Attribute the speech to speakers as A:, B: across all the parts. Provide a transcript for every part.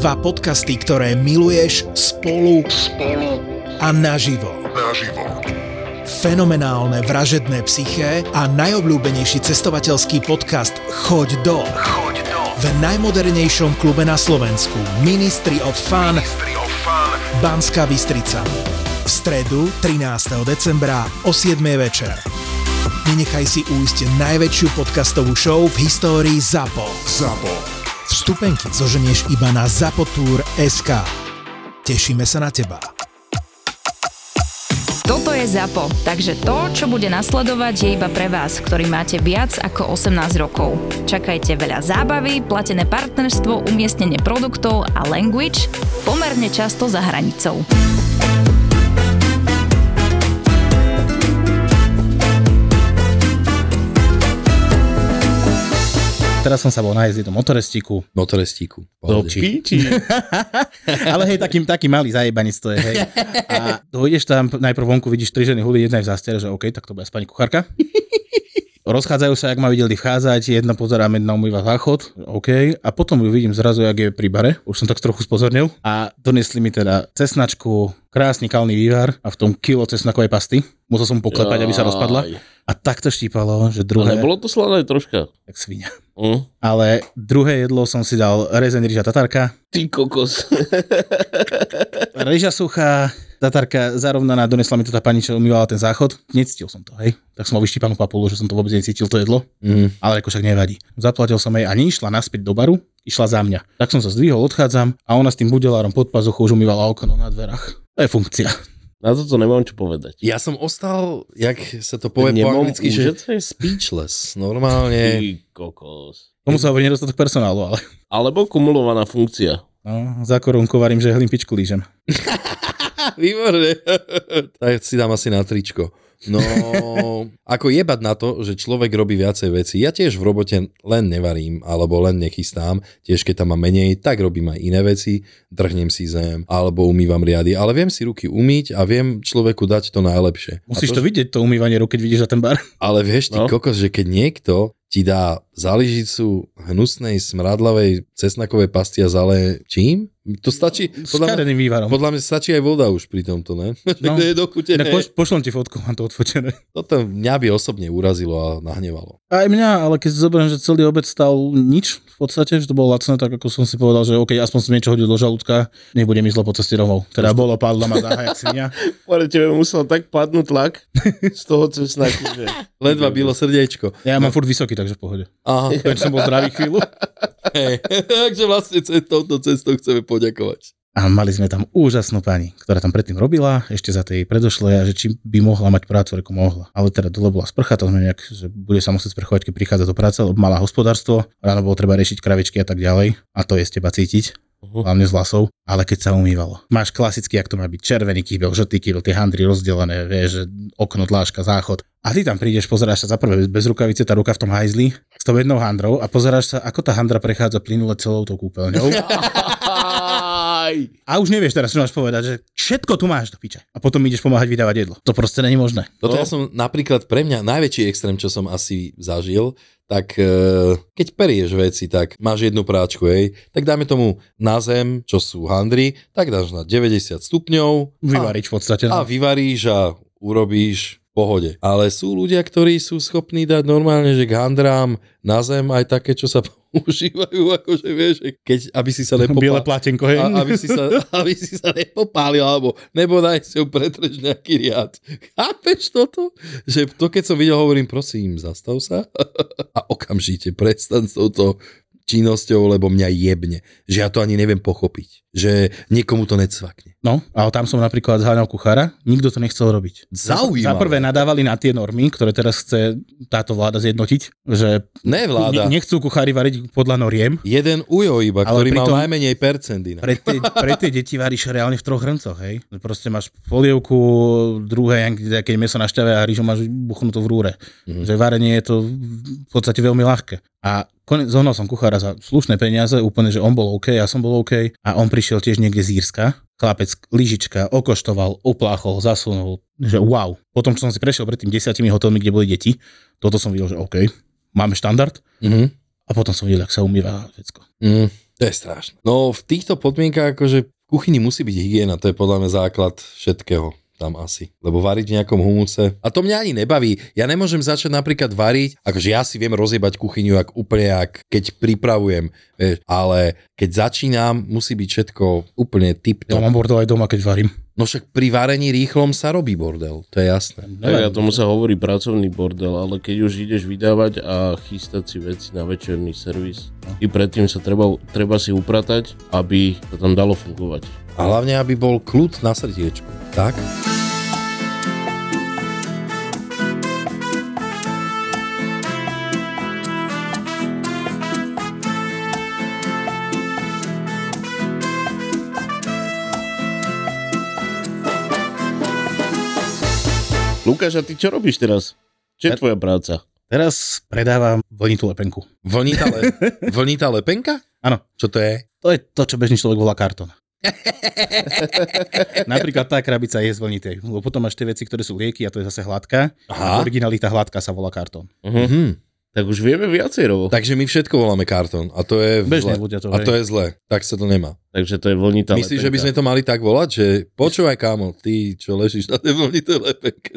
A: Dva podcasty, ktoré miluješ spolu, spolu. a naživo.
B: Naživo.
A: Fenomenálne vražedné psyché a najobľúbenejší cestovateľský podcast Choď do.
B: Choď do.
A: V najmodernejšom klube na Slovensku Ministry of Fun
B: Ministry of Fun.
A: Banská Bystrica. V stredu 13. decembra o 7. večer. Nenechaj si újsť najväčšiu podcastovú show v histórii ZAPO.
B: ZAPO.
A: Vstupenky zoženieš iba na zapotur.sk. Tešíme sa na teba.
C: Toto je ZAPO, takže to, čo bude nasledovať, je iba pre vás, ktorý máte viac ako 18 rokov. Čakajte veľa zábavy, platené partnerstvo, umiestnenie produktov a language pomerne často za hranicou.
D: Teraz som sa bol nájsť v jednom motorestíku
E: motorestíku.
D: do občí. Ale hej, takým, taký malý zajebanec to je, hej. A dojdeš tam, najprv vonku vidíš tri ženy hudy, jedna je v zástere, že OK, tak to bude pani kuchárka. Rozchádzajú sa, ak ma videli vchádzať, jedna pozerá, jedna umýva záchod, OK. A potom ju vidím zrazu, jak je pri bare, už som tak trochu spozornil. A donesli mi teda cesnačku, krásny kalný vývar a v tom kilo cesnakovej pasty. Musel som poklepať, aby sa rozpadla. A tak to štípalo, že
E: Ale
D: druhé,
E: bolo to slané troška.
D: jak svinia.
E: Hm?
D: Ale druhé jedlo som si dal rezeň ryža tatárka,
E: Ty kokos.
D: Ryža suchá, tatarka zarovnaná, donesla mi to tá pani, čo umývala ten záchod. Necítil som to, hej. Tak som mal vyštípanú papulu, že som to vôbec necítil, to jedlo.
F: Mhm.
E: Mm.
D: Ale ako však nevadí. Zaplatil som jej a neišla naspäť do baru, išla za mňa. Tak som sa zdvihol, odchádzam a ona s tým budelárom pod pazuchou už umývala okno na dverách. To je funkcia.
E: Na toto nemám čo povedať.
F: Ja som ostal, jak sa to povie po
E: Nemám
F: anglicky, že
E: úžasne?
F: speechless. Normálne,
E: Ty kokos.
D: Tomu sa hovorí nedostatok personálu, ale
E: Alebo kumulovaná funkcia.
D: no, za korunku varím, že hlím pičku lížem.
F: výborne. tak si dám asi na tričko. No, ako jebať na to, že človek robí viacej veci. Ja tiež v robote len nevarím, alebo len nechystám. Tiež keď tam mám menej, tak robím aj iné veci. Drhnem si zem, alebo umývam riady. Ale viem si ruky umyť a viem človeku dať to najlepšie. A
D: Musíš
F: to,
D: to, vidieť, to umývanie rúk, keď vidíš za ten bar.
F: Ale vieš, ty no.
E: No.
F: kokos, že keď niekto ti dá záležicu hnusnej, smradlavej cesnakovej pasty a zale čím? To stačí,
D: S
F: podľa mňa,
D: kareným vývarom.
F: podľa mňa stačí aj voda už pri tomto, ne?
D: No.
F: No. je dokutené.
D: Inak poš- pošlem ti fotku, mám to odfotené.
F: Toto mňa by osobne urazilo a nahnevalo.
D: Aj mňa, ale keď zoberiem, že celý obed stal nič v podstate, že to bolo lacné, tak ako som si povedal, že OK, aspoň som niečo hodil do žalúdka, nebude mi zle po ceste domov. Teda bolo, padlo ma záha, jak svinia.
E: Ale tebe musel tak padnúť tlak z toho cesnaku, že...
F: Ledva bylo srdiečko.
D: Ja mám furt vysoký, takže v pohode.
F: Aha,
D: Keď som bol zdravý chvíľu.
F: hej. Takže vlastne ce- touto cestou chceme poďakovať.
D: A mali sme tam úžasnú pani, ktorá tam predtým robila, ešte za tej predošlej, a že či by mohla mať prácu, ako mohla. Ale teda dole bola sprcha, to sme nejak, že bude sa musieť sprchovať, keď prichádza do práce, lebo mala hospodárstvo, ráno bolo treba riešiť kravičky a tak ďalej. A to je z teba cítiť. hlavne z vlasov, ale keď sa umývalo. Máš klasicky, ak to má byť červený kýbel, žltý kýbel, tie handry rozdelené, vieš, že okno, dláška, záchod. A ty tam prídeš, pozeráš sa za prvé bez rukavice, tá ruka v tom hajzli, s tou jednou handrou a pozeráš sa, ako tá handra prechádza plynule celou tou kúpeľňou.
E: Aj.
D: A už nevieš teraz, čo máš povedať, že všetko tu máš do piče. A potom ideš pomáhať vydávať jedlo. To proste není možné.
F: Toto ja som napríklad pre mňa najväčší extrém, čo som asi zažil, tak e, keď perieš veci, tak máš jednu práčku, hej, tak dáme tomu na zem, čo sú handry, tak dáš na 90 stupňov a,
D: Vyvariť v podstate.
F: a
D: No.
F: vyvaríš a urobíš v pohode. Ale sú ľudia, ktorí sú schopní dať normálne, že k handrám na zem aj také, čo sa používajú, akože vieš, že keď, aby si sa
D: Biele
F: nepopal...
D: platenko, hej.
F: A, aby, si sa, aby si sa nepopálil, alebo nebo daj si ho pretrž nejaký riad. Chápeš toto? Že to, keď som videl, hovorím, prosím, zastav sa a okamžite prestan s touto činnosťou, lebo mňa jebne. Že ja to ani neviem pochopiť. Že niekomu to necvakne.
D: No, ale tam som napríklad zháňal kuchára, nikto to nechcel robiť. Za
F: Zaujímavé.
D: prvé nadávali na tie normy, ktoré teraz chce táto vláda zjednotiť, že
F: Nevláda.
D: Ne- nechcú kuchári variť podľa noriem.
F: Jeden ujo iba,
D: Ale
F: ktorý
D: pritom-
F: mal najmenej percent inak.
D: Pre tie, pre tie deti varíš reálne v troch hrncoch, hej. Proste máš polievku, druhé, kde- keď meso na šťave a rýžu máš buchnutú v rúre. Mm-hmm. Že varenie je to v podstate veľmi ľahké. A konec, zohnal som kuchára za slušné peniaze, úplne, že on bol OK, ja som bol OK a on prišiel tiež niekde z Írska. Chlapec, lyžička, okoštoval, opláchol, zasunul, že wow. Potom, čo som si prešiel pred tým desiatimi hotelmi, kde boli deti, toto som videl, že OK, máme štandard
F: Mhm.
D: a potom som videl, ak sa umýva vecko.
F: Mhm. To je strašné. No v týchto podmienkach akože v kuchyni musí byť hygiena, to je podľa mňa základ všetkého tam asi. Lebo variť v nejakom humuse. A to mňa ani nebaví. Ja nemôžem začať napríklad variť, akože ja si viem rozjebať kuchyňu ak úplne, ak keď pripravujem, vieš, ale keď začínam, musí byť všetko úplne tip
D: Ja mám bordel aj doma, keď varím.
F: No však pri varení rýchlom sa robí bordel, to je jasné.
E: Tak a tomu sa hovorí pracovný bordel, ale keď už ideš vydávať a chystať si veci na večerný servis, i predtým sa treba, treba si upratať, aby to tam dalo fungovať.
F: A hlavne, aby bol kľud na srdiečku. Tak?
E: Lukáš, a ty čo robíš teraz? Čo je tvoja práca?
D: Teraz predávam vlnitú lepenku.
F: Vlnitá, le- vlnitá lepenka?
D: Áno.
F: Čo to je?
D: To je to, čo bežný človek volá karton. Napríklad tá krabica je z vlnitej, lebo potom máš tie veci, ktoré sú lieky a to je zase hladká. A
F: Aha.
D: v origináli tá hladká sa volá kartón.
F: Mhm.
E: Tak už vieme viacej, Robo. Tak.
F: Takže my všetko voláme kartón a to je
D: Bežne
F: zle.
D: ľudia to
F: A to je zle, tak sa to nemá.
E: Takže to je vlnitá
F: Myslíš, že by sme to mali tak volať, že počúvaj kámo, ty čo ležíš na tej vlnitej lepenke.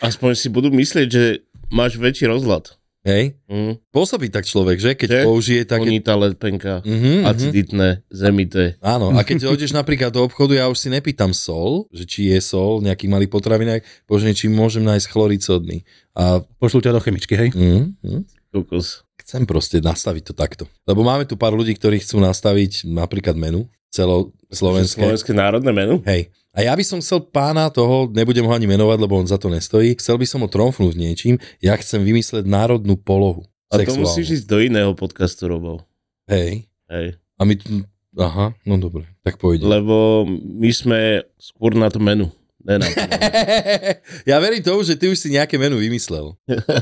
E: Aspoň si budú myslieť, že máš väčší rozhľad.
F: Hej?
E: Mm.
F: Pôsobí tak človek, že? Keď
E: Že?
F: použije také...
E: Vlnitá lepenka,
F: Mhm, mhm.
E: aciditné, zemité.
F: Áno, a keď dojdeš napríklad do obchodu, ja už si nepýtam sol, že či je sol v nejakých malých potravinách, bože, či môžem nájsť chlorid sodný. A
D: Pošlú ťa do chemičky, hej?
F: mm, mm,
E: Kokos.
F: chcem proste nastaviť to takto. Lebo máme tu pár ľudí, ktorí chcú nastaviť napríklad menu celoslovenské.
E: Slovenské národné menu?
F: Hej. A ja by som chcel pána toho, nebudem ho ani menovať, lebo on za to nestojí, chcel by som ho tromfnúť niečím, ja chcem vymyslieť národnú polohu.
E: A to
F: sexuálnu.
E: musíš ísť do iného podcastu, Robo.
F: Hej.
E: Hej.
F: A my tu... Aha, no dobre, tak pôjde.
E: Lebo my sme skôr na to menu. Ne na to menu.
F: ja verím tomu, že ty už si nejaké menu vymyslel.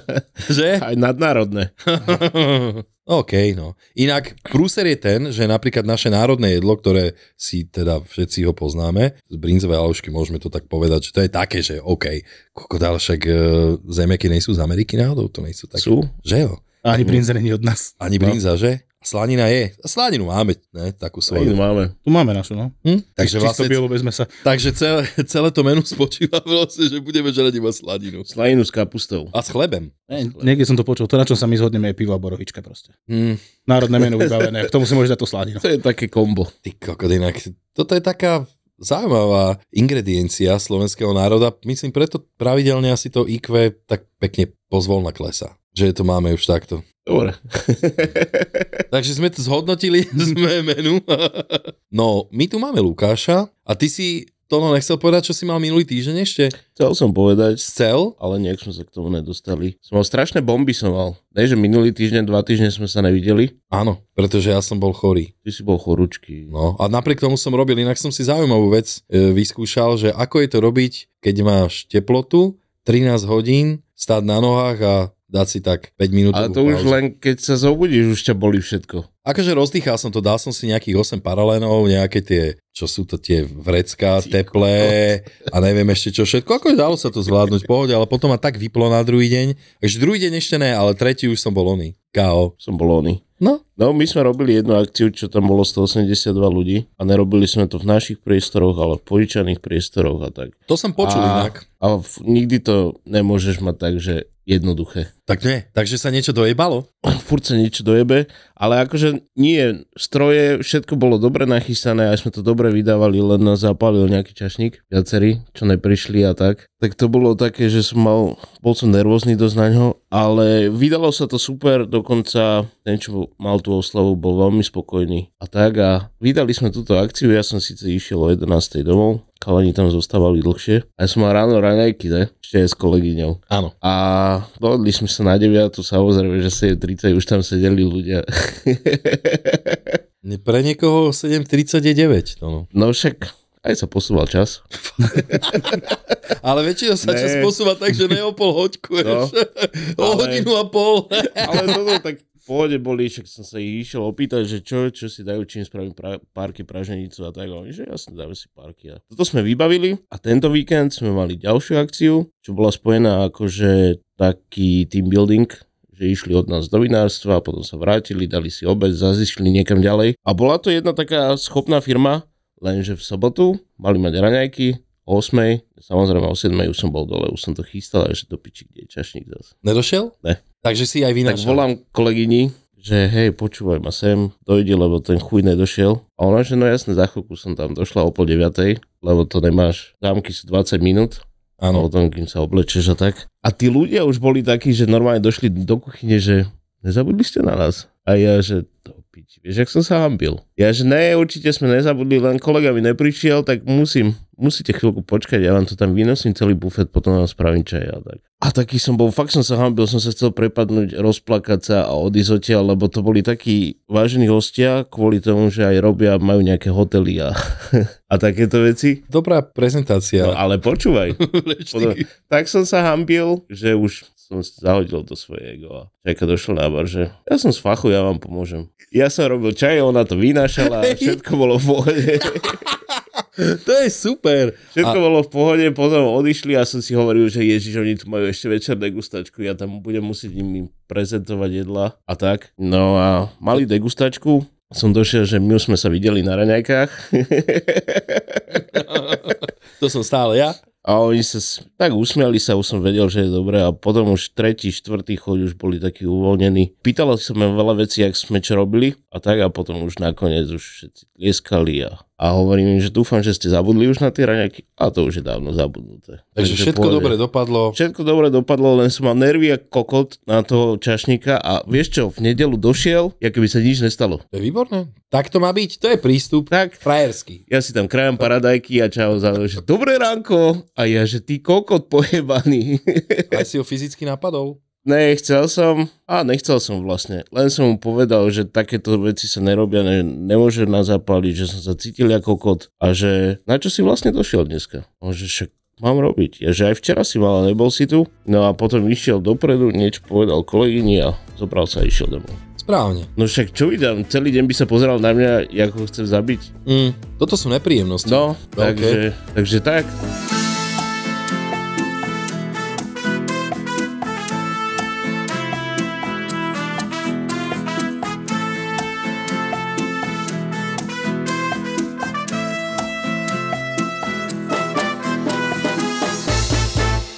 F: že?
E: Aj nadnárodné.
F: OK, no. Inak prúser je ten, že napríklad naše národné jedlo, ktoré si teda všetci ho poznáme, z brinzovej alušky môžeme to tak povedať, že to je také, že OK, kokot, ale však e, zemeky nejsú z Ameriky náhodou, to nejsú také.
E: Sú?
F: Že jo?
D: A ani brinzer není od nás.
F: Mhm.
D: No,
F: Ani brinza, že? A slanina je. A slaninu máme, ne? Takú svoju.
E: Svoju máme.
D: Tu máme našu, no.
F: Hm? Takže,
D: Čisto
F: vlastne,
D: bielu bez mesa.
F: takže celé, celé to menu spočíva vlastne, že budeme žrať iba slaninu.
E: Slaninu s kapustou.
F: A s chlebem.
D: Ne, niekde som to počul. To, na čom sa my zhodneme, je pivo a borovička proste.
F: Hm.
D: Národné meno vybavené. K tomu si môžeš dať tú slaninu.
E: To je také kombo.
F: Ty kokot, inak, toto je taká zaujímavá ingrediencia slovenského národa. Myslím, preto pravidelne asi to IQ tak pekne pozvolna klesa. Že to máme už takto.
E: Dobre.
F: Takže sme to zhodnotili, sme menu. No, my tu máme Lukáša a ty si to no nechcel povedať, čo si mal minulý týždeň ešte?
E: Chcel som povedať,
F: Scel?
E: ale nejak sme sa k tomu nedostali. Som mal strašné bomby som mal. Ne, že minulý týždeň, dva týždne sme sa nevideli.
F: Áno, pretože ja som bol chorý.
E: Ty si bol chorúčky.
F: No a napriek tomu som robil, inak som si zaujímavú vec e, vyskúšal, že ako je to robiť, keď máš teplotu, 13 hodín, stáť na nohách a dať si tak 5 minút.
E: Ale to už len keď sa zobudíš, už ťa boli všetko.
F: Akože rozdýchal som to, dal som si nejakých 8 paralénov, nejaké tie, čo sú to tie vrecká,
E: Ty
F: teplé a neviem ešte čo všetko. Akože dalo sa to zvládnuť v pohode, ale potom ma tak vyplo na druhý deň. Takže druhý deň ešte ne, ale tretí už som bol oný. K.O.
E: Som bol oný.
F: No,
E: No, my sme robili jednu akciu, čo tam bolo 182 ľudí a nerobili sme to v našich priestoroch, ale v požičaných priestoroch a tak.
F: to som počul
E: A-
F: inak.
E: A v, nikdy to nemôžeš mať tak, že jednoduché.
F: Tak nie, takže sa niečo dojebalo.
E: Furt sa niečo dojebe, ale akože nie, stroje, všetko bolo dobre nachystané, aj sme to dobre vydávali, len nás zapálil nejaký čašník, viacerí, čo neprišli a tak. Tak to bolo také, že som mal, bol som nervózny dosť na ňo, ale vydalo sa to super, dokonca ten, čo mal tú oslavu, bol veľmi spokojný a tak a vydali sme túto akciu, ja som síce išiel o 11. domov, chalani tam zostávali dlhšie a ja som mal ráno raňajky, ne? Ešte aj s kolegyňou.
F: Áno.
E: A dohodli sme sa na 9, samozrejme, že 7.30 už tam sedeli ľudia.
F: Ne, Pre niekoho 7.39, no. no.
E: No však aj sa posúval čas.
F: Ale väčšinou sa
E: Ne.
F: čas posúva tak, že ne o pol hoďku, no,
E: No,
F: o
E: ale-
F: hodinu a pol.
E: ale toto tak v pohode boli, však som sa ich išiel opýtať, že čo, čo si dajú, čím spravím pra- parky, praženicu a tak. A Oni, že jasne, dajú si parky. A toto sme vybavili a tento víkend sme mali ďalšiu akciu, čo bola spojená akože taký team building, že išli od nás do vinárstva, potom sa vrátili, dali si obed, zazišli niekam ďalej. A bola to jedna taká schopná firma, lenže v sobotu mali mať raňajky, o 8, samozrejme o 7 už som bol dole, už som to chystal, že do piči, kde je čašník zase.
F: Nedošiel?
E: Ne.
F: Takže si aj
E: Tak
F: vynašal.
E: volám kolegyni, že hej, počúvaj ma sem, dojde, lebo ten chuj nedošiel. A ona, že no jasne, za chvíľku som tam došla o pol deviatej, lebo to nemáš, zámky sú 20 minút,
F: Áno.
E: ano. potom, kým sa oblečeš a tak. A tí ľudia už boli takí, že normálne došli do kuchyne, že nezabudli ste na nás. A ja, že to piči, vieš, jak som sa hambil. Ja, že ne, určite sme nezabudli, len kolega mi neprišiel, tak musím, musíte chvíľku počkať, ja vám to tam vynosím celý bufet, potom vám spravím čaj a tak. A taký som bol, fakt som sa hambil, som sa chcel prepadnúť, rozplakať sa a odísť odtiaľ, lebo to boli takí vážení hostia, kvôli tomu, že aj robia, majú nejaké hotely a, a takéto veci.
F: Dobrá prezentácia.
E: No, ale počúvaj, potom,
F: Rečníky.
E: tak som sa hambil, že už som si zahodil do svoje ego a čajka došla na bar, že ja som z fachu, ja vám pomôžem. Ja som robil čaj, ona to vynášala a všetko bolo v pohode.
F: to je super.
E: Všetko bolo v pohode, potom odišli a som si hovoril, že ježiš, oni tu majú ešte večer degustačku, ja tam budem musieť im prezentovať jedla a tak. No a mali degustačku, som došiel, že my už sme sa videli na raňajkách.
F: To som stále ja.
E: A oni sa s- tak usmiali sa, už som vedel, že je dobré a potom už tretí, štvrtý chod už boli takí uvoľnení. Pýtala som ma veľa vecí, jak sme čo robili a tak a potom už nakoniec už všetci tlieskali a, a hovorím im, že dúfam, že ste zabudli už na tie raňaky a to už je dávno zabudnuté.
F: Takže všetko
E: pohode.
F: dobre dopadlo.
E: Všetko dobre dopadlo, len som mal nervy a kokot na toho čašníka a vieš čo, v nedelu došiel, ja keby sa nič nestalo.
F: To je výborné. Tak to má byť. To je prístup
E: Tak,
F: frajerský.
E: ja si tam krajam paradajky a čau, za- že dobré ránko a ja, že ty kokot pojebaný.
F: Aj si ho fyzicky napadol.
E: Ne, chcel som, a nechcel som vlastne, len som mu povedal, že takéto veci sa nerobia, ne, nemôže nás zapáliť, že som sa cítil ako kot a že na čo si vlastne došiel dneska? On že však mám robiť, ja, že aj včera si mal, a nebol si tu, no a potom išiel dopredu, niečo povedal kolegyni a zobral sa a išiel domov.
F: Správne.
E: No však čo vydám, celý deň by sa pozeral na mňa, ako ho chcem zabiť.
F: Mm. Toto sú nepríjemnosti. No,
E: No, takže, takže tak.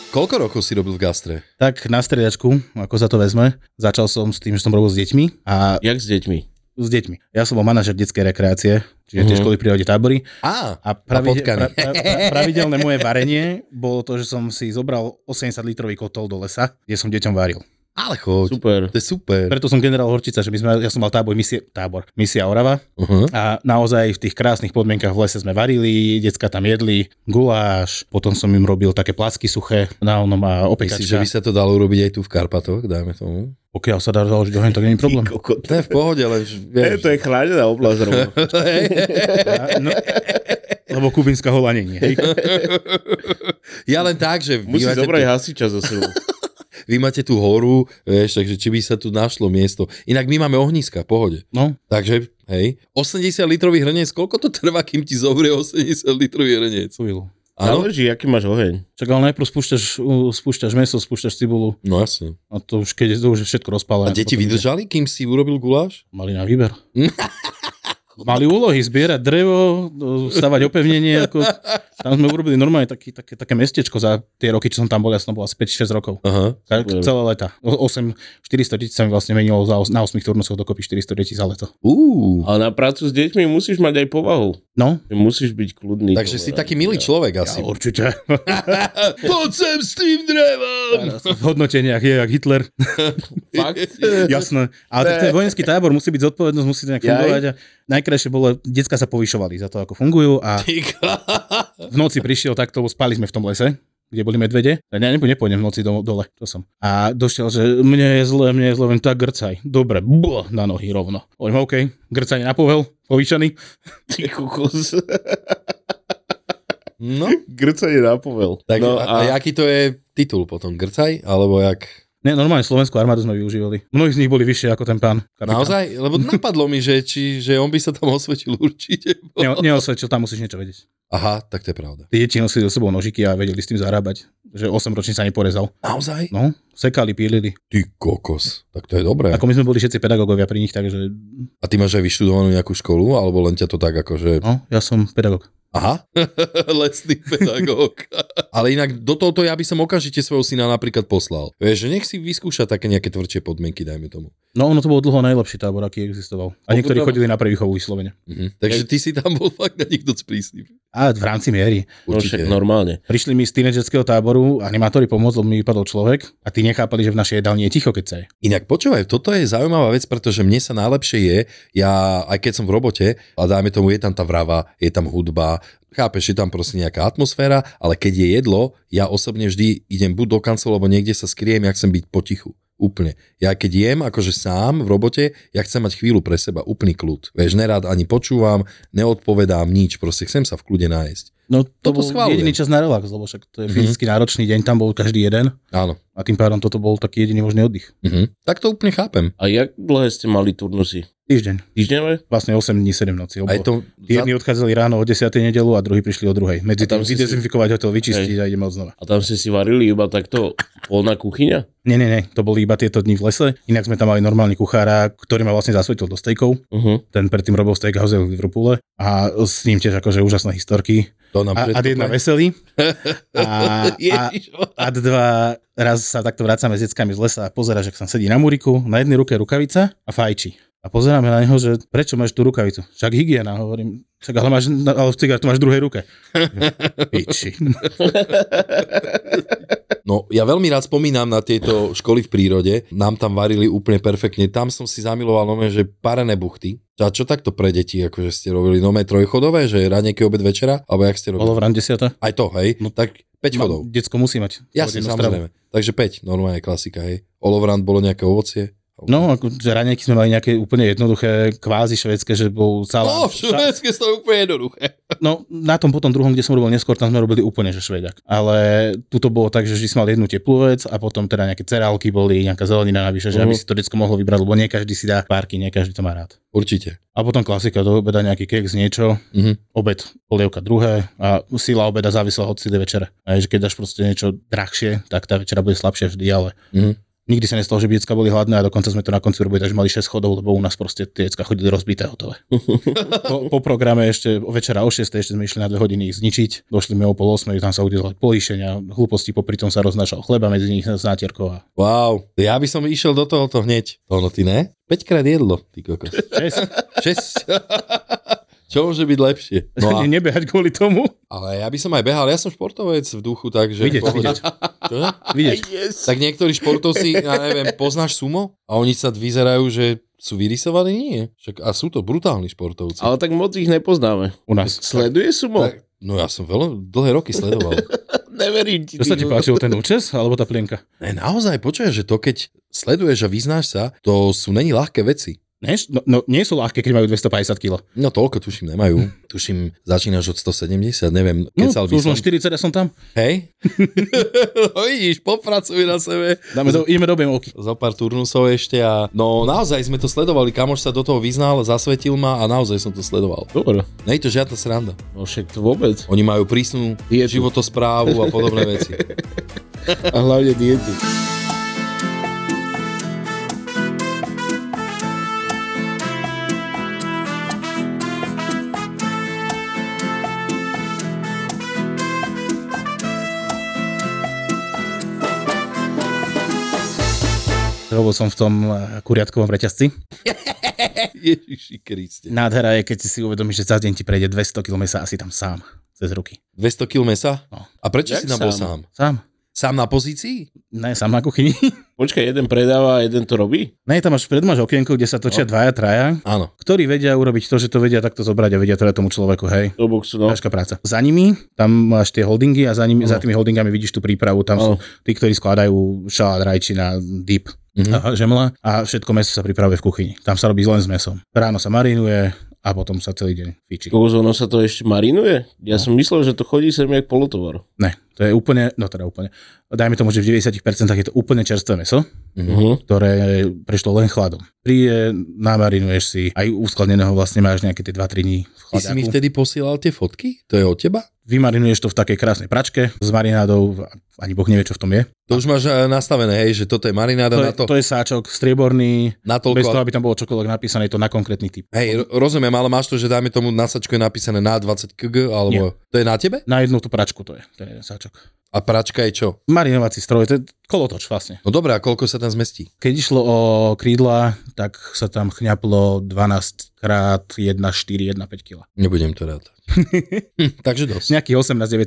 F: Koľko rokov si robil v gastre?
D: Tak na striedačku, ako sa to vezme, začal som s tým, že som robil s deťmi a
E: Jak s deťmi?
D: s deťmi. Ja som bol manažer detskej rekreácie, čiže tie
E: Mhm.
D: školy prírode tábory
F: Á,
D: a, pravide, pra,
F: potkany.
D: pra, pra, pravidelné moje varenie bolo to, že som si zobral 80 litrový kotol do lesa, kde som deťom varil.
F: ale choď.
E: Super.
F: To je super.
D: Preto som generál Horčica, že my sme, ja som mal tábor, misie, tábor, misia Orava
F: Uh-huh.
D: a naozaj v tých krásnych podmienkach v lese sme varili, decka tam jedli, guláš, potom som im robil také placky suché na onom a
F: Myslíš, že by
D: opekačka.
F: sa to dalo urobiť aj tu v Karpatoch, dajme tomu?
D: Pokiaľ sa dá založiť oheň, tak nie je problém.
E: Ty kokot.
F: To je v pohode, len že-
E: E,
F: vieš.
E: to je chránená oblasť rovno.
D: A- No, lebo kubínska hola nie je. hej.
F: Ja len tak, že vy
E: Musíš
F: máte,
E: zobrať
F: tu,
E: hasiča zo sebou.
F: vy máte tú horu, vieš, takže či by sa tu našlo miesto. Inak my máme ohniska, v pohode.
D: No,
F: Takže, hej, 80 litrový hrniec, koľko to trvá, kým ti zovrie 80 litrový hrniec?
D: chvíľu.
F: Áno?
E: Záleží, aký máš oheň.
D: Čak ale najprv spúšťaš, uh, spúšťaš meso, spúšťaš cibulu
F: No jasne.
D: a to už keď je to už je všetko rozpálené.
F: A deti
D: potom ide-
F: vydržali, kým si urobil guláš?
D: Mali na výber. Mali úlohy zbierať drevo, stavať opevnenie. Ako... Tam sme urobili normálne taký, také, také mestečko za tie roky, čo som tam bol. Ja som tam bol asi 5-6 rokov.
F: Aha.
D: Tak
E: Super.
D: celé leta. O- 8, 400 detí sa mi vlastne menilo za, os- na 8 turnusoch dokopy 400 detí za leto.
F: Uú.
E: Ale na prácu s deťmi musíš mať aj povahu.
D: No,
E: Musíš byť kľudný.
F: Takže si taký milý človek asi.
D: ja, určite.
F: Poď sem s tým drevom!
D: v hodnoteniach je jak Hitler.
E: Fakt?
D: Jasné. Ale tak ten vojenský tábor musí byť zodpovednosť, musí to nejak
E: Jaj.
D: fungovať. A najkrajšie bolo, decka sa povyšovali za to, ako fungujú a
F: Ty krá-
D: v noci prišiel takto, spali sme v tom lese kde boli medvede, tak ja nepo- nepôjdem v noci do, dole, to som. A došiel, že mne je zle, mne je zle, viem, tak grcaj. Dobre, bl, na nohy rovno. Hovorím, OK, grcaj na povel, povýšený.
E: Ty kokos.
F: No,
E: Grcanie na povel.
F: tak
E: no,
F: a, a, aký to je titul potom? Grcaj? Alebo jak?
D: Ne, normálne slovenskú armádu sme využívali. Mnohí z nich boli vyššie ako ten pán. kapitán.
F: Naozaj? Lebo napadlo mi, že, či, že on by sa tam osvetil určite.
D: Ne, neosvedčil, tam musíš niečo vedieť.
F: Aha, tak to je pravda.
D: Tí deti nosili so sebou nožiky a vedeli s tým zarábať. Že 8 ročný sa neporezal.
F: Naozaj?
D: No, sekali, pílili.
F: Ty kokos. Tak to je dobré.
D: Ako my sme boli všetci pedagógovia pri nich, takže
F: A ty máš aj vyštudovanú nejakú školu? Alebo len ťa to tak akože...
D: no, ja som pedagóg.
F: Aha. Lesný pedagóg. Ale inak do tohoto ja by som okamžite svojho syna napríklad poslal. Vieš, že nech si vyskúša také nejaké tvrdšie podmienky, dajme tomu.
D: No, ono to bol dlho najlepší tábor, aký existoval. A niektorí
E: Obľúbené.
D: chodili na prevýchovu vyslovene.
F: Mhm. Takže ty si tam bol fakt na nikto prísny.
D: A v rámci miery.
E: No
F: Určite.
E: však normálne.
D: Prišli mi z tínedžerského táboru, animátori pomôcť, lebo mi vypadol človek a tí nechápali, že v našej jedálni je ticho, keď sa je.
F: Inak počúvaj, toto je zaujímavá vec, pretože mne sa najlepšie je, ja aj keď som v robote, a dáme tomu, je tam tá vrava, je tam hudba, chápeš, je tam proste nejaká atmosféra, ale keď je jedlo, ja osobne vždy idem buď do kancelu, alebo niekde sa skriem, ja chcem byť potichu. Úplne. Ja keď jem akože sám v robote, ja chcem mať chvíľu pre seba, úplný kľud. Vieš, nerád ani počúvam, neodpovedám nič, proste chcem sa v kľude nájsť.
D: No, to
F: Toto
D: bol
F: schvaľujem.
D: jediný čas na relax, lebo však
E: Mhm.
D: to je fyzicky náročný deň, tam bol každý jeden
F: Áno.
D: a tým pádom toto bol taký jediný možný oddych.
F: Mhm. Tak to úplne chápem.
E: A jak dlhé ste mali turnusy?
D: Týždeň,
E: Týždňové?
D: vlastne 8 dní, 7 noci.
F: Aj to,
D: Jedni odchádzali ráno o 10. nedelu a druhí prišli o druhej. Medzi
E: A
D: tým
E: tam si si-
D: vydezinfikovať hotel, vyčistiť a ideme od znova.
E: A tam ste si varili iba takto polná kuchyňa?
D: Nie, nie, nie, to boli iba tieto dni v lese. Inak sme tam mali normálne kuchára, ktorý ma vlastne zasvetil do stejkov.
E: Uh-huh.
D: Ten predtým robil steakhouse v Liverpoole a s ním tiež akože úžasné historky.
F: to
D: A,
F: nám
D: a
F: všetko
D: jedna
F: pre-
D: veselý. A, a,
F: Ježiš,
D: a dva raz sa takto vracame s deckami z lesa a pozeráš, ak sa sedí na muriku, na jednej ruke rukavica a fajči. A pozeráme na neho, že prečo máš tú rukavicu? Však hygiena, hovorím. Však ale, máš, no, ale cigár to máš v druhej ruke. Piči.
F: No, ja veľmi rád spomínam na tieto školy v prírode. Nám tam varili úplne perfektne. Tam som si zamiloval nome, že parené buchty. A čo takto pre deti, akože ste robili? Nome trojchodové, že ranejky, obed, večera? Alebo jak ste
D: Bolo
F: robili?
D: v ran 10.
F: Aj to, hej?
D: No,
F: tak 5 chodov.
D: Decko musí mať. Hodinu
F: Jasne,
D: stravu.
F: samozrejme. Takže 5, normálne klasika, hej. Olovrant bolo nejaké ovocie.
D: No, ako, že raňajky sme mali nejaké úplne jednoduché, kvázi švedské, že bol salát.
F: No, švedské sú to úplne jednoduché.
D: No, na tom potom druhom, kde som robil neskôr, tam sme robili úplne, že švedak. Ale tuto bolo tak, že vždy sme mali jednu teplú vec a potom teda nejaké cerálky boli, nejaká zelenina navyše, že aby
E: Mhm.
D: si to decko mohlo vybrať, lebo nie každý si dá párky, nie každý to má rád.
F: Určite.
D: A potom klasika do obeda nejaký kek z niečo,
F: Mhm.
D: obed, polievka druhé a sila obeda závisela od sily večera. A že keď dáš proste niečo drahšie, tak tá večera bude slabšia vždy, ale
F: Mhm.
D: nikdy sa nestalo, že by decka boli hladné a dokonca sme to na konci robili, takže mali 6 chodov, lebo u nás proste tie decka chodili rozbité hotové. Po, po, programe ešte o večera o 6 ešte sme išli na 2 hodiny ich zničiť, došli sme o pol 8, tam sa udelali políšenia, hlúposti, popri tom sa roznášal chleba medzi nich s nátierkou a
F: Wow, ja by som išiel do tohoto hneď. To ono, ty ne? 5 krát jedlo, ty kokos.
D: 6.
F: 6. Čo môže byť lepšie? No a,
D: Nebehať kvôli tomu.
F: ale ja by som aj behal, ja som športovec v duchu, takže...
D: Vidieť,
F: Pohoda.
D: vidieť,
F: Čo?
D: vidieť.
F: Tak niektorí športovci, ja neviem, poznáš sumo? A oni sa vyzerajú, že sú vyrysovaní? Nie. Však, a sú to brutálni športovci.
E: Ale tak moc ich nepoznáme.
D: U nás.
E: Sleduje sumo?
F: Tak, no ja som veľmi dlhé roky sledoval.
E: Neverím ti.
D: Čo sa ti
E: ty-
D: páčilo, ten účes alebo tá plienka?
F: ne, naozaj, počuješ, že to keď sleduješ a vyznáš sa, to sú není ľahké veci.
D: Vieš, no, no, nie sú ľahké, keď majú 250 kg.
F: No toľko tuším nemajú. tuším, začínaš od 170,
D: No,
F: neviem, kecal by
D: už
F: som.
D: len 40 ja som tam.
F: Hej? no vidíš, popracuj na sebe.
D: Dáme do, ideme do objemovky.
F: za pár turnusov ešte a no naozaj sme to sledovali, kamoš sa do toho vyznal, zasvetil ma a naozaj som to sledoval.
E: Dobre,
F: Nie je to žiadna sranda.
E: no však to vôbec.
F: Oni majú prísnu
E: Dietu.
F: životosprávu a podobné veci.
E: A hlavne diety.
D: Robil som v tom eh, kuriatkovom reťazci.
F: Ježiši Kriste.
D: Nádhera je, keď si si uvedomíš, že za deň ti prejde 200 km a asi tam sám, cez ruky.
F: 200 kg mesa?
D: No.
F: A prečo
E: Jak
F: si tam bol
E: sám?
F: sám?
D: Sám.
F: Sám na pozícii?
D: Ne, sám na kuchyni.
E: Počkaj, jeden predáva a jeden to robí?
D: Ne, tam máš pred máš okienko, kde sa točia dvaja, traja,
F: Áno.
D: ktorí vedia urobiť to, že to vedia takto zobrať a vedia teda tomu človeku, hej.
E: Do boxu, no.
D: Ťažká práca. Za nimi, tam máš tie holdingy a za, nimi, za tými holdingami vidíš tú prípravu, tam sú
E: Áno.
D: tí, ktorí skladajú šalát, rajčina, dip,
F: Mhm.
D: a žemla a všetko meso sa pripravuje v kuchyni. Tam sa robí len s mesom. Ráno sa marinuje, a potom sa celý deň fičí.
E: Kokos, ono sa to ešte marinuje? Ja som myslel, že to chodí sem jak polotovar.
D: Ne, to je úplne, no teda úplne, dajme tomu, že v 90% je to úplne čerstvé meso,
E: Mhm.
D: ktoré prešlo len chladom. Príde, namarinuješ si, aj uskladneného vlastne máš nejaké tie 2-3 dní v
F: Ty si mi
D: chladáku.
F: vtedy posielal tie fotky? To je od teba?
D: Vymarinuješ to v takej krásnej pračke s marinádou, ani boh nevie, čo v tom je.
F: To už máš eh, nastavené, hej, že toto je marináda
D: To
F: na
D: je,
F: to,
D: to je sáčok strieborný,
F: na
D: bez toho,
F: toľko.
D: aby tam bolo čokoľvek napísané, je to na konkrétny typ.
F: Hej, ro- rozumiem, ale máš to, že dajme tomu na sačku je napísané na 20 kg, alebo to je na tebe?
D: Na jednu tú pračku to je, to je sáčok.
F: A pračka je čo?
D: Marinovací stroj, to je kolotoč vlastne.
F: No dobré, a koľko sa tam zmestí?
D: Keď išlo o krídla, tak sa tam chňaplo 12 krát 1, 4, 1, 5 kg.
F: Nebudem to rátať. Hm, Takže dosť.
D: Nejakých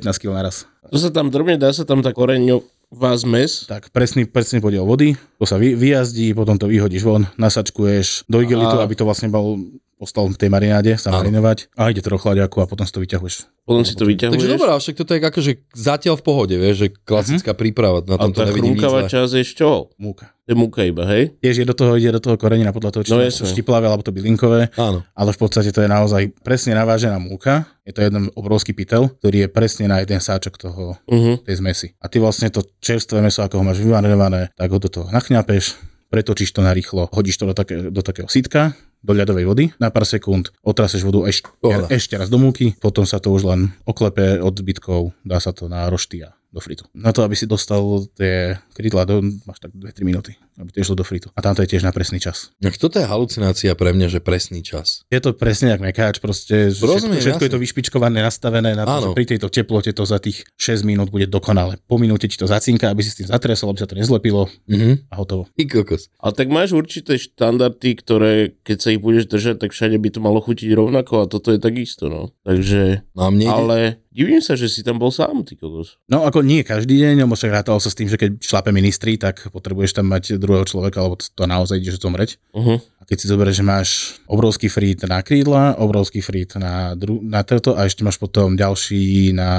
D: 18-19 kg naraz.
E: To sa tam drobne, dá sa tam tá koreňová zmes.
D: Tak presný, presný podiel vody, to sa vy, vyjazdí, potom to vyhodíš von, nasačkuješ do igelitu,
E: A-
D: aby to vlastne bol ostal v tej marináde sa
F: Áno.
D: marinovať a ide to do chladiaku a potom si to vyťahuješ.
E: Potom si to
F: Takže
E: vyťahuješ.
F: dobré, ale však toto je akože zatiaľ v pohode, vieš, že klasická príprava, na
E: A
F: tomto
E: tá
F: nevidím nič
E: chrumkavá
F: zlé.
E: časť je z čoho?
D: Múka.
E: To je múka iba, hej?
D: Tiež je do toho, ide do toho korenina podľa toho, či
E: No
D: no, sú
E: jasne.
D: štiplavé alebo to bylinkové,
F: Áno.
D: ale v podstate to je naozaj presne navážená múka. Je to jeden obrovský pytel, ktorý je presne na jeden sáčok toho
E: Mhm.
D: tej zmesi. A ty vlastne to čerstvé meso, ako ho máš vymarinované, tak ho do toho nachňapeš, pretočíš to na rýchlo, hodíš to do, také, do takého sítka, do ľadovej vody na pár sekúnd, otraseš vodu eš, e-
F: Pohoda.
D: ešte raz do múky, potom sa to už len oklepe od zbytkov, dá sa to na rošty a do fritu. Na to, aby si dostal tie krídla, do, máš tak 2-3 minúty, aby to išlo do fritu. A tam to je tiež na presný čas.
F: Tak No toto je halucinácia pre mňa, že presný čas.
D: Je to presne jak mekáč, proste že všetko,
F: Rozumiem,
D: všetko je
F: jasne.
D: to vyšpičkované, nastavené na to,
F: Áno.
D: že pri tejto teplote to za tých 6 minút bude dokonale. Po minúte ti to zacinka, aby si s tým zatresol, aby sa to nezlepilo
F: Mhm.
D: a hotovo.
F: Ty kokos.
E: Ale tak máš určité štandardy, ktoré keď sa ich budeš držať, tak všade by to malo chutiť rovnako a toto je takisto, no. Takže,
F: No a mne ide...
E: ale divím sa, že si tam bol sám, ty kokos.
D: No ako nie každý deň, lebo však rátalo sa s tým, že keď šlape ministri, tak potrebuješ tam mať druhého človeka, lebo to naozaj ideš zomreť.
E: Uh-huh.
D: A keď si zoberieš, že máš obrovský frít na krídla, obrovský frít na, dru- na toto a ešte máš potom ďalší na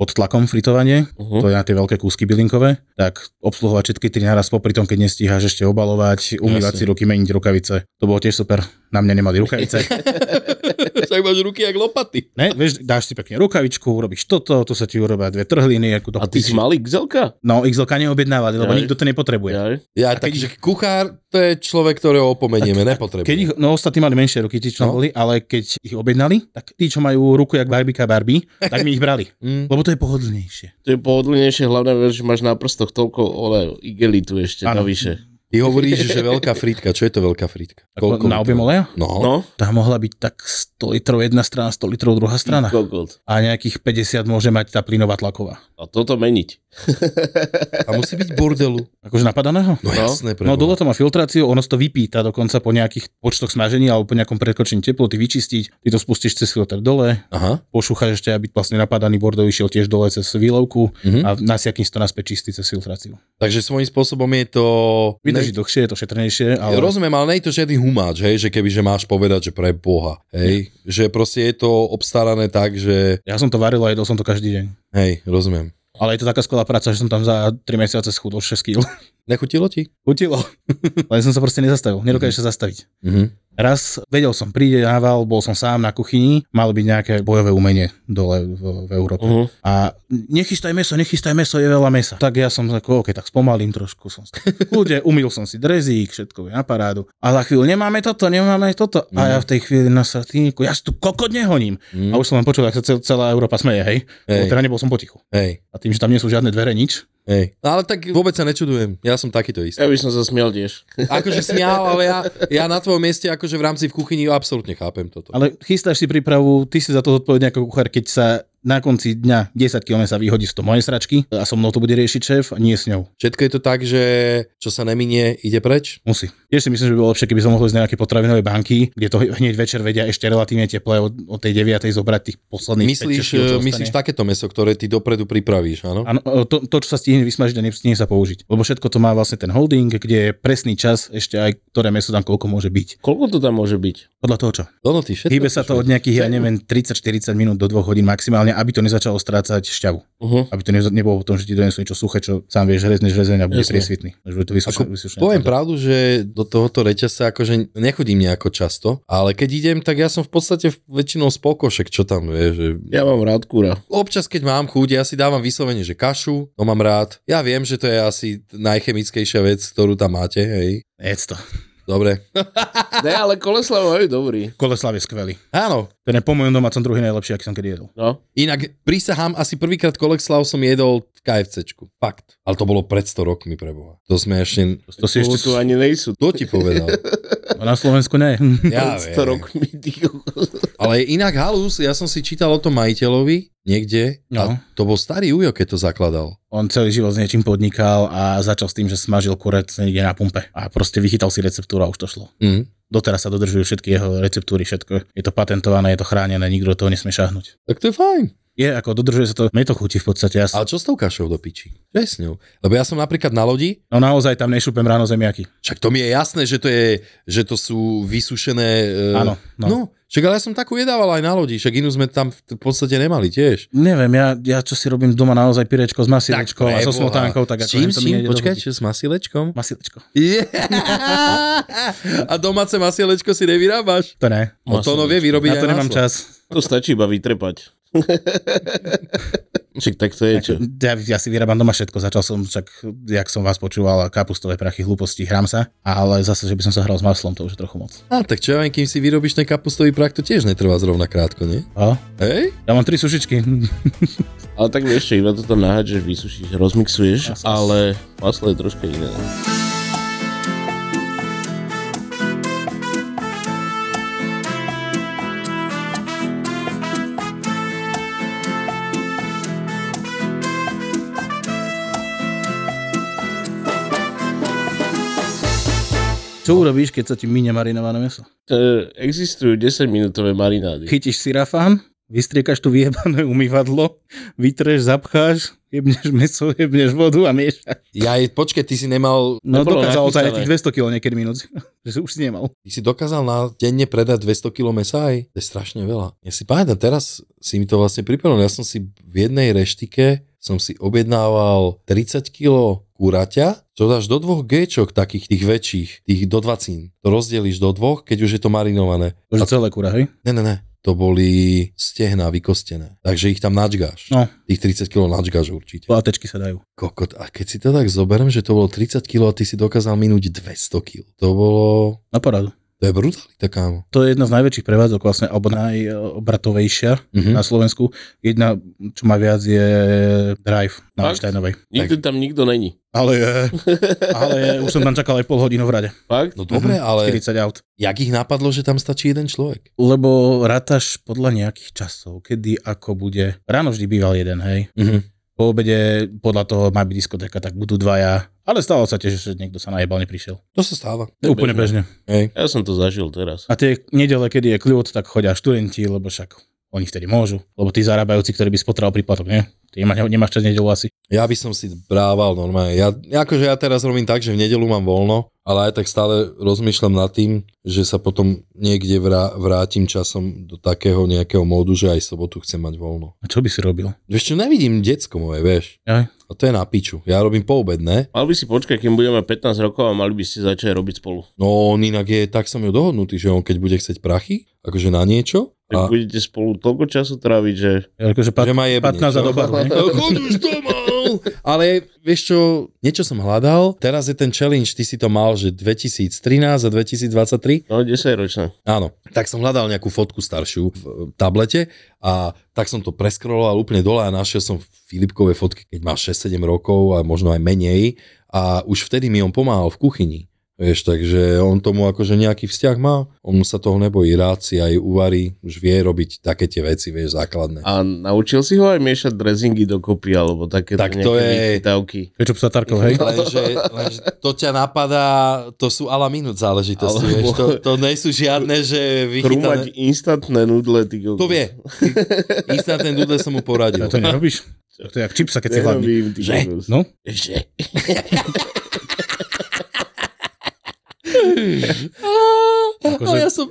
D: pod tlakom fritovanie,
E: Uh-huh.
D: to je na tie veľké kúsky bylinkové, tak obsluhovať všetky tri naraz popri tom, keď nestíhaš ešte obalovať, umývať
F: Jasne.
D: si ruky, meniť rukavice. To bolo tiež super. Na mňa nemali rukavice.
F: Však máš ruky jak lopaty.
D: ne, vieš, dáš si pekne rukavičku, urobíš toto, tu sa ti urobia dve trhliny. Ako to
E: A ty si
D: mal...
E: malý gzelka?
D: No, XLK neobjednávali, lebo
E: Jaj.
D: nikto to nepotrebuje.
E: Jaj.
F: Ja,
D: keď
F: takže kuchár to je človek, ktorého opomenieme, nepotrebujeme.
D: Keď ich, no ostatní mali menšie ruky, tí, čo tam
F: No.
D: boli, ale keď ich objednali, tak tí, čo majú ruku jak Barbika Barbie, tak my ich brali.
F: Mm.
D: Lebo to je pohodlnejšie.
E: To je pohodlnejšie, hlavne vec, že máš na prstoch toľko ole, igelitu ešte
D: Áno.
E: navyše.
F: Ty hovoríš, že veľká fritka. Čo je to veľká fritka?
D: Ako na
F: litrov?
D: objem oleja?
F: No. no.
E: No,
D: Tá mohla byť tak 100 litrov jedna strana, 100 litrov druhá strana.
E: kokot.
D: A nejakých 50 môže mať tá plynová tlaková.
E: A toto meniť.
F: A musí byť bordelu.
D: Akože napadaného?
F: No, jasné, pre
D: No dole to má filtráciu, ono si to vypíta dokonca po nejakých počtoch smažení alebo po nejakom prekočení teploty vyčistiť, ty to spustíš cez filter dole,
F: Aha.
D: pošúchaš ešte, aby vlastne napadaný bordo išiel tiež dole cez výlovku
F: Mhm.
D: a nasiakneš to naspäť čistý cez filtráciu.
F: Takže svojím spôsobom je to...
D: Vydrží
F: Nej-
D: dlhšie, je to šetrnejšie, ale
F: Ja Rozumiem, ale nie je to žiadny humáč, hej, že keby že máš povedať, že pre Boha, hej, že proste je to obstarané tak, že
D: ja som to varil a jedol som to každý deň.
F: hej, rozumiem.
D: Ale je to taká skvelá práca, že som tam za 3 mesiace schudol 6 kg.
F: Nechutilo ti?
D: Chutilo. Len som sa proste nezastavil, nedokážeš sa zastaviť.
F: Mhm.
D: Raz vedel som, príde nával, bol som sám na kuchyni, malo byť nejaké bojové umenie dole v, v Európe. Uh-huh.
E: Uh-huh.
D: A nechystaj meso, nechystaj meso, je veľa mesa. Tak ja som ako, OK, tak spomalím trošku. Som sa- Ľudia, umýl som si drezík, všetko je na parádu. A za chvíľu nemáme toto, nemáme toto. A ja v tej chvíli na satínku, ja si tu kokot nehoním. A
F: Mm.
D: už som len počul, ak sa cel, celá Európa smeje, hej.
F: Hej.
D: hej. Teda nebol som potichu.
F: Hej,
D: A tým, že tam nie sú žiadne dvere, nič.
F: hej. No, ale tak vôbec sa nečudujem, ja som takýto istý.
E: Ja by som sa smial tiež.
F: Akože smial, ale ja, ja na tvojom mieste akože v rámci v kuchyni absolútne chápem toto.
D: Ale chystáš si prípravu, ty si za to zodpovedný ako kuchár, keď sa na konci dňa 10 km sa vyhodí z to mojej sračky a so mnou to bude riešiť šéf a nie s ňou.
F: Všetko je to tak, že čo sa neminie, ide preč.
D: Musí. Tiež si myslím, že by bolo lepšie, keby som mohol ísť na nejaké potravinové banky, kde to hneď večer vedia ešte relatívne teple od, od tej 9. zobrať tých posledných
F: Myslíš, eh, e, myslíš
D: tak?
F: takéto meso, ktoré ty dopredu pripravíš, áno?
D: Áno, e, to, to, čo sa stihne vysmažiť a nestihne sa použiť. Lebo všetko to má vlastne ten holding, kde je presný čas ešte aj, ktoré meso tam koľko môže byť.
E: Koľko to tam môže byť?
D: Podľa toho čo?
F: Dono, ty všetko.
D: Hýbe sa to od nejakých, ja neviem, 30-40 minút do 2 hodín maximálne, hlavne, aby to nezačalo strácať šťavu.
E: Uh-huh.
D: Aby to neza- nebolo o tom, že ti donesú niečo suché, čo sám vieš, železný železeň a bude
E: Jasné.
D: priesvitný. Lebo to vysúšené,
F: Ako,
D: vysúšené
F: poviem
D: tvrdo.
F: pravdu, že do tohoto reťazca akože nechodím nejako často, ale keď idem, tak ja som v podstate väčšinou z pokošek, čo tam je, že
E: Ja mám rád kúra.
F: občas, keď mám chuť, ja si dávam vyslovene, že kašu, to mám rád. Ja viem, že to je asi najchemickejšia vec, ktorú tam máte, hej.
D: Jedz to.
F: Dobre.
E: Ne, ale Koleslav je dobrý.
D: Koleslav je skvelý.
F: Áno.
D: Ten je po mojom domácom druhý najlepší, aký som kedy jedol.
E: No.
F: Inak prísahám, asi prvýkrát Kolexlav som jedol v KFCčku. Fakt. Ale to bolo pred 100 rokmi preboha. To sme ešte...
D: To si
E: Ešte
D: ešte...
E: tu ani nejsú.
F: Kto ti povedal?
D: Na Slovensku nie.
F: Ja
E: Pred 100
F: viem.
E: rokmi, ty kokos.
F: Ale inak halus, ja som si čítal o tom majiteľovi niekde.
D: No.
F: A to bol starý ujo, keď to zakladal.
D: On celý život s niečím podnikal a začal s tým, že smažil kurec niekde na pumpe. A proste vychytal si receptúru a už to šlo.
F: Mm.
D: Doteraz sa dodržujú všetky jeho receptúry, všetko. Je to patentované, je to chránené, nikto do toho nesmie šahnuť.
F: Tak to je fajn.
D: Je, ako dodržuje sa to, mne to chutí v podstate. Ja sa,
F: Ale čo s tou kašou do piči? Čo je s ňou? Lebo ja som napríklad na lodi,
D: no naozaj tam nešupem ráno zemiaky.
F: však to mi je jasné, že to, je, že to sú vysušené... e,
D: Áno,
F: No.
D: no.
F: no. Však ale ja som takú jedával aj na lodi, však inú sme tam v v podstate nemali tiež.
D: Neviem, ja, ja čo si robím doma naozaj pirečko s masilečkou a so
F: preboha.
D: smotánkou, tak
F: S
D: ako
F: čím,
D: len
F: s
D: to mi
F: čím?
D: nejde do
F: Počkaj,
D: huby.
F: čo s masilečkom?
D: Masilečko.
F: Yeah. A domáce masilečko si nevyrábaš?
D: To ne.
F: No to ono vie vyrobiť
D: Na to
F: aj
D: nemám
F: maslo.
D: čas.
E: To stačí iba vytrepať. Však tak to je čo.
D: Ja, ja si vyrábam doma všetko. Začal som však, jak som vás počúval, kapustové prachy, hlúposti, hrám sa. Ale zase, že by som sa hral s maslom, to už je trochu moc.
F: A tak čo ja viem, kým si vyrobíš ten kapustový prach, to tiež netrvá zrovna krátko, nie?
D: A?
F: Hej?
D: Ja mám tri sušičky.
E: Ale tak vieš, čo, iba to tam nahádžeš, vysušíš, rozmixuješ,
D: Jasne.
E: ale maslo je troška iné.
D: Čo urobíš, keď sa ti minie marinované meso?
E: E, Existujú 10 minútové marinády.
D: Chytíš sirafán, vystriekaš tu vyjebané umývadlo, vytreš, zapcháš, jebneš meso, jebneš vodu a miešaš.
F: Ja, je- počkaj, ty si nemal,
D: No
E: To bolo
D: dokázal sa
E: nachystané.
D: aj tých 200 kg niekedy minúť, že si už si nemal.
F: ty si dokázal na denne predať 200 kg mesa aj? To je strašne veľa. Ja si pamätám, teraz si mi to vlastne pripravil. Ja som si v jednej reštike som si objednával 30 kg kuraťa, čo dáš do dvoch gečok takých tých väčších, tých do 20. To rozdelíš do dvoch, keď už je to marinované.
D: To
F: A
D: je celé kura, hej?
F: Ne, ne, ne. To boli stehná vykostené. Takže ich tam načgáš.
D: No.
F: Tých 30 kg načgáš určite.
D: Látečky sa dajú.
F: Kokot. A keď si to tak zoberiem, že to bolo 30 kg a ty si dokázal minúť 200 kg. To bolo...
D: Na parádu.
F: To je brutalita, kámo.
D: To je jedna z najväčších prevádzok vlastne, alebo najobratovejšia na
F: Mhm.
D: Slovensku. Jedna, čo má viac, je Drive na
E: Fakt?
D: Einsteinovej.
E: Nikdy tam nikto není.
D: Ale je, ale je, už som tam čakal aj pol hodinu v rade.
E: Fakt?
F: No dobre,
D: Mhm,
F: ale
D: 40 aut.
F: jak ich napadlo, že tam stačí jeden človek?
D: Lebo rátaš podľa nejakých časov, kedy ako bude. Ráno vždy býval jeden, hej.
F: Mhm.
D: Po obede podľa toho má byť diskotéka, tak budú dvaja. Ale stalo sa tiež, že niekto sa najebal, neprišiel.
F: To sa stáva.
D: Úplne bežne.
F: Hej.
E: Ja som to zažil teraz.
D: A tie nedele, kedy je kľud, tak chodia študenti, lebo však oni vtedy môžu. Lebo tí zarábajúci, ktorí by spotreboval príplatok, nie? Ty nema, nemáš čas nedelu asi.
F: Ja by som si brával normálne. Ja, akože ja teraz robím tak, že v nedelu mám voľno, ale aj tak stále rozmýšľam nad tým, že sa potom niekde vrá, vrátim časom do takého nejakého módu, že aj sobotu chcem mať voľno.
D: A čo by si robil?
F: Vieš čo, nevidím decko moje, vieš.
D: Aj.
F: A to je na piču. Ja robím poobedné.
E: Mal by si počkať, kým budeme 15 rokov a mali by ste začať robiť spolu.
F: No on inak je, tak som ju dohodnutý, že on keď bude chcieť prachy, akože na niečo, a,
E: Tak budete spolu toľko času tráviť, že...
D: Ja, akože
F: že
D: pat-
F: ma jebne.
D: 15 za
F: čo?
D: dobaru, nie?
F: Chod už domov! Ale vieš čo, niečo som hľadal, teraz je ten challenge, ty si to mal, že 2013 a 2023,
E: No, 10 ročné.
F: Áno, tak som hľadal nejakú fotku staršiu v e, tablete a tak som to preskroloval úplne dole a našiel som Filipkové fotky, keď má 6-7 rokov a možno aj menej a už vtedy mi on pomáhal v kuchyni. Vieš, takže on tomu akože nejaký vzťah má, on sa toho nebojí, rád si aj uvarí, už vie robiť také tie veci, vieš, základné.
E: A naučil si ho aj miešať drezingy dokopy, alebo takéto
F: Tak
E: tak
F: to
E: to
F: je-
E: nejaké vychytávky.
D: Kečup sa tarkov, hej?
F: Lenže, lenže to ťa napadá, to sú ala minút záležitosti,
E: Alebo-
F: vieš, to, to nejsú žiadne, že vychytané.
E: Krúmať instantné nudle, ty kokos.
F: To vie. Instantné dudle som mu
D: A
F: poradil.
D: to nerobíš? To je jak čipsa, keď si hladný.
E: Nerobím, ty
F: Že?
E: kokos.
D: No,
E: Že?
F: Akože, ja, som,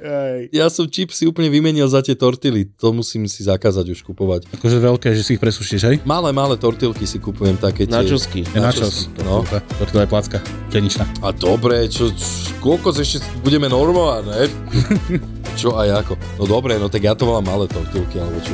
F: ja som čipsy úplne vymenil za tie tortily. To musím si zakázať už kupovať.
D: Akože veľké, že si ich presušíš, hej?
F: Malé, malé tortilky si kupujem také tie.
E: Načosky.
D: Na čas.
F: No.
D: To je placka. Pšeničná.
F: A dobre, čo, čo- koľko ešte budeme normovať, ne? čo aj ako. No dobre, no tak ja to volám malé tortilky, alebo čo.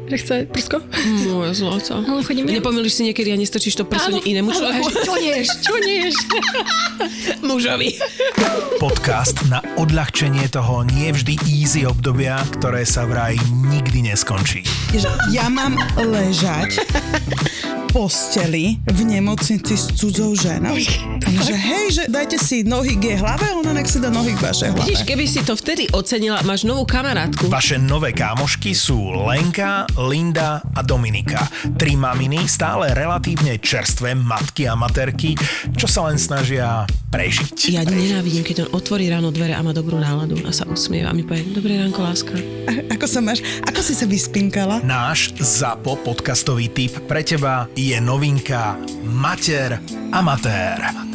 G: že chce prsko.
B: Moje zlato.
G: Ale chodím ja.
B: Nepomýliš si niekedy a nestačíš to prsunie inému človeku?
G: čo ješ, čo ješ?
B: Mužovi.
A: Podcast na odľahčenie toho nie vždy easy obdobia, ktoré sa vraj nikdy neskončí.
H: že ja mám ležať v posteli v nemocnici s cudzou ženou. Že hej, že dajte si nohy k jej hlave, ona nech si dá nohy k vašej hlave.
B: Vidíš, keby si to vtedy ocenila, máš novú kamarátku.
A: Vaše nové kámošky sú Lenka, Linda a Dominika. Tri maminy, stále relatívne čerstvé matky a materky, čo sa len snažia prežiť.
B: Ja nenávidím, keď on otvorí ráno dvere a má dobrú náladu a sa usmieva a mi povie, dobré ránko, láska.
H: A- Ako sa máš? Ako si sa vyspinkala?
A: Náš ZAPO podcastový tip pre teba je novinka Mater Amatér.